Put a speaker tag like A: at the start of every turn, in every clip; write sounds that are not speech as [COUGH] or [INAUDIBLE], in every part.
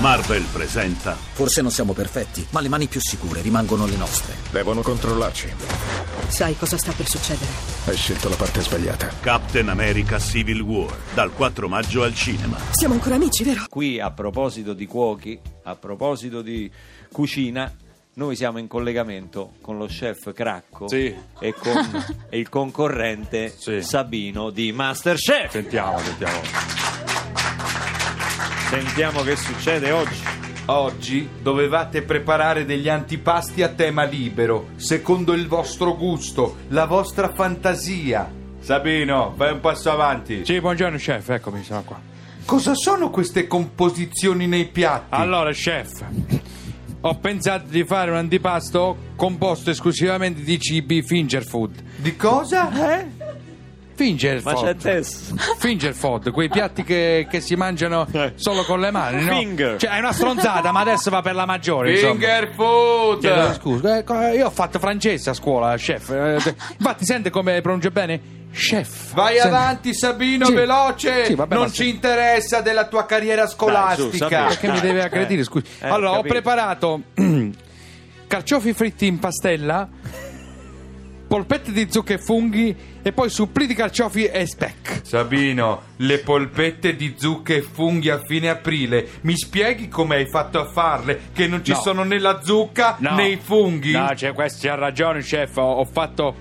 A: Marvel presenta
B: Forse non siamo perfetti, ma le mani più sicure rimangono le nostre.
C: Devono controllarci.
D: Sai cosa sta per succedere?
C: Hai scelto la parte sbagliata.
A: Captain America Civil War dal 4 maggio al cinema.
D: Siamo ancora amici, vero?
E: Qui a proposito di cuochi, a proposito di cucina, noi siamo in collegamento con lo chef Cracco
F: Sì.
E: e
F: [LAUGHS]
E: con il concorrente
F: Sì.
E: Sabino di Masterchef.
F: Sentiamo, sentiamo.
E: Sentiamo che succede oggi.
G: Oggi dovevate preparare degli antipasti a tema libero, secondo il vostro gusto, la vostra fantasia. Sabino, fai un passo avanti.
F: Sì, buongiorno chef, eccomi, sono qua.
G: Cosa sono queste composizioni nei piatti?
F: Allora, chef, ho pensato di fare un antipasto composto esclusivamente di cibi finger food. Eh?
G: Di cosa?
F: Finger
E: Ma certo. c'è [LAUGHS]
F: food.
E: Tess.
F: Finger food, quei piatti che, che si mangiano solo con le mani, no?
E: Eh. Finger.
F: Cioè, è una stronzata, ma adesso va per la maggiore, insomma.
G: Finger food!
F: Chiedo scusa, eh, co- io ho fatto francese a scuola, chef. eh, te- Infatti, sente come pronuncio bene? Chef.
G: Vai
F: Sente-
G: avanti Sabino,
F: Sì.
G: veloce!
F: Sì, vabbè,
G: non
F: ma-
G: ci interessa della tua carriera scolastica.
E: Sabino.
F: Perché mi deve aggredire,
E: Eh,
F: scusi.
E: eh,
F: allora, ho
E: capito.
F: preparato [CLEARS THROAT] carciofi fritti in
E: [LAUGHS]
F: pastella, polpette di zucche e funghi e poi supplì di carciofi e speck.
G: Sabino, le polpette di zucche e funghi a fine aprile, mi spieghi come hai fatto a farle? Che non ci
F: No.
G: sono né la zucca né i funghi?
F: No, cioè, questi ha ragione, chef. Ho, ho fatto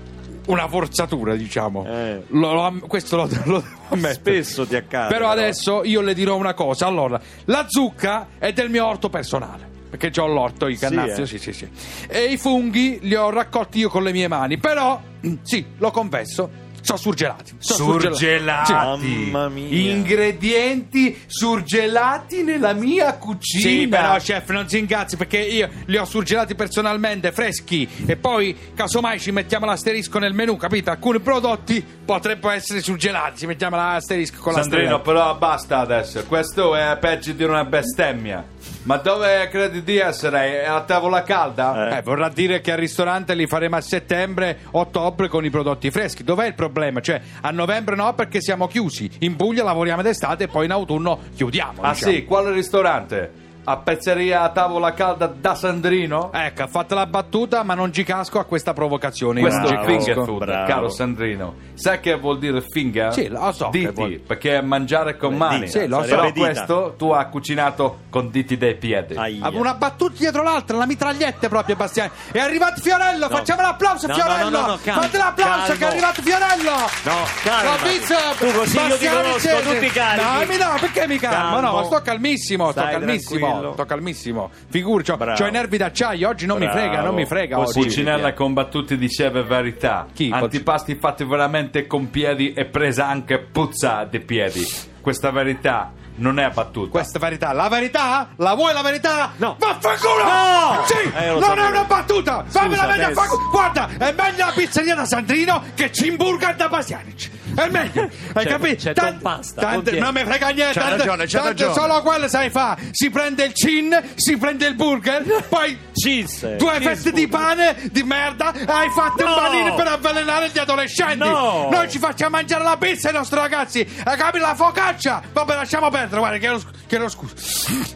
F: una forzatura, diciamo.
E: Eh.
F: Lo- lo am- questo lo, lo devo ammettere.
E: Spesso ti accade.
F: Però adesso io le dirò una cosa. Allora, la zucca è del mio orto personale. Perché ho l'orto, i cannazzo,
E: eh.
F: sì, sì, sì. E i funghi li ho raccolti io con le mie mani. Però, mm, sì, lo confesso, sono surgelati. Sono
G: Surgelati,
E: Sì. Mamma mia.
G: ingredienti surgelati nella mia cucina.
F: Sì, però chef non si ingazzi perché io li ho surgelati personalmente, freschi e poi casomai ci mettiamo l'asterisco nel menù, capito? Alcuni prodotti potrebbero essere surgelati, ci mettiamo l'asterisco con
G: Sandrino,
F: l'asterisco.
G: però basta adesso. Questo è peggio di una bestemmia. Ma dove credi di essere? Alla tavola calda?
F: Eh, vorrà dire che al ristorante li faremo a settembre, ottobre con i prodotti freschi. Dov'è il problema? Cioè, a novembre no perché siamo chiusi. In Puglia lavoriamo d'estate e poi in autunno chiudiamo.
G: ah
F: diciamo.
G: sì, quale ristorante? A pezzeria a tavola calda da Sandrino?
F: Ecco, ha fatto la battuta, ma non ci casco a questa provocazione.
G: Questo
F: non
G: è
F: ci
G: finger
F: casco.
G: food,
E: bravo.
G: caro Sandrino. Sai che vuol dire finger?
F: Sì, lo so che
G: Diti,
F: vuol-
G: perché è mangiare con
E: Beh,
G: mani.
E: dita,
F: Sì, lo so.
G: Però
E: sarebbe dita.
G: questo tu hai cucinato con diti dei piedi.
E: Aia.
F: Ah, Una battuta dietro l'altra, la mitraglietta proprio, Bastiani. È arrivato Fiorello, facciamo l'applauso a
E: No,
F: Fiorello.
E: no, no, no, calmo,
F: Fate l'applauso che è
E: calmo.
F: arrivato Fiorello.
E: No, calma.
F: Lo pizza,
E: Tu così io ti
F: Bastiani
E: conosco,
F: cede.
E: tu ti carichi.
F: No, mi- no, perché mi calmo?
E: Calmo.
F: No, ma sto calmissimo, sto
E: Stai
F: calmissimo,
E: tranquillo.
F: sto calmissimo. Figurci, ho,
E: Bravo.
F: i nervi d'acciaio, oggi non mi
E: Bravo.
F: frega, non mi frega
E: Così.
F: oggi.
G: Cucinella con battute di seve verità.
F: Chi?
G: Antipasti fatti veramente con piedi e presa anche puzza di piedi. Questa verità non è battuta.
F: Questa è verità, la verità? La vuoi la verità?
E: No.
F: Vaffanculo!
E: No!
F: Sì!
E: Eh, lo
F: non
E: sapevo.
F: è una battuta! Fammela meglio a
E: adesso.
F: fanculo! Guarda, è meglio la pizzeria da Sandrino che Cimburga da Basianic! È meglio! Hai
E: C'è-
F: capito?
E: c'è
F: Tan-
E: Don Pasta,
F: tante-
E: contiene.
F: non mi frega niente!
C: C'ha
F: tante-
C: ragione, c'ha
F: tante
C: ragione.
F: Solo quello sai fa! Si prende il cin, si prende
E: [LAUGHS]
F: il burger, poi
E: Cheese.
F: Due
E: Cheese
F: feste di
E: food.
F: pane, di merda, e hai fatto
E: No!
F: un panino per avvelenare gli adolescenti.
E: No!
F: Noi ci facciamo mangiare la pizza ai nostri ragazzi. E capi la focaccia? Vabbè, lasciamo perdere, guarda, chiedo, sc- chiedo scusa.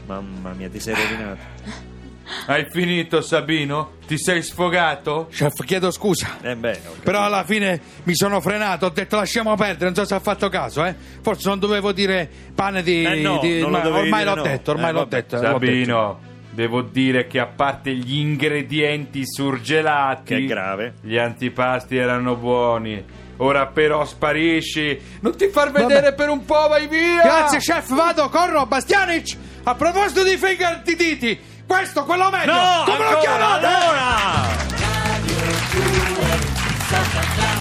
E: Mamma mia, ti sei rovinato.
G: Hai finito, Sabino? Ti sei sfogato?
F: Chef, chiedo scusa.
E: Eh beh, ho capito.
F: Però alla fine mi sono frenato, ho detto lasciamo perdere, non so se ha fatto caso, eh. Forse non dovevo dire pane di.
E: Eh no,
F: di-
E: non lo
F: ma
E: dovevi
F: ormai
E: dire,
F: l'ho
E: no.
F: detto, ormai
E: Eh,
F: l'ho
E: vabbè.
F: detto. l'ho detto.
G: Sabino, devo dire che a parte gli ingredienti surgelati,
E: Che è grave.
G: Gli antipasti erano buoni. Ora però sparisci. Non ti far vedere
F: Vabbè.
G: per un po', vai via.
F: Grazie, chef, vado, corro, Bastianic! A proposito di finger di diti, questo, quello meglio!
E: No!
F: Come lo
E: ancora,
F: chiamate?
E: Allora!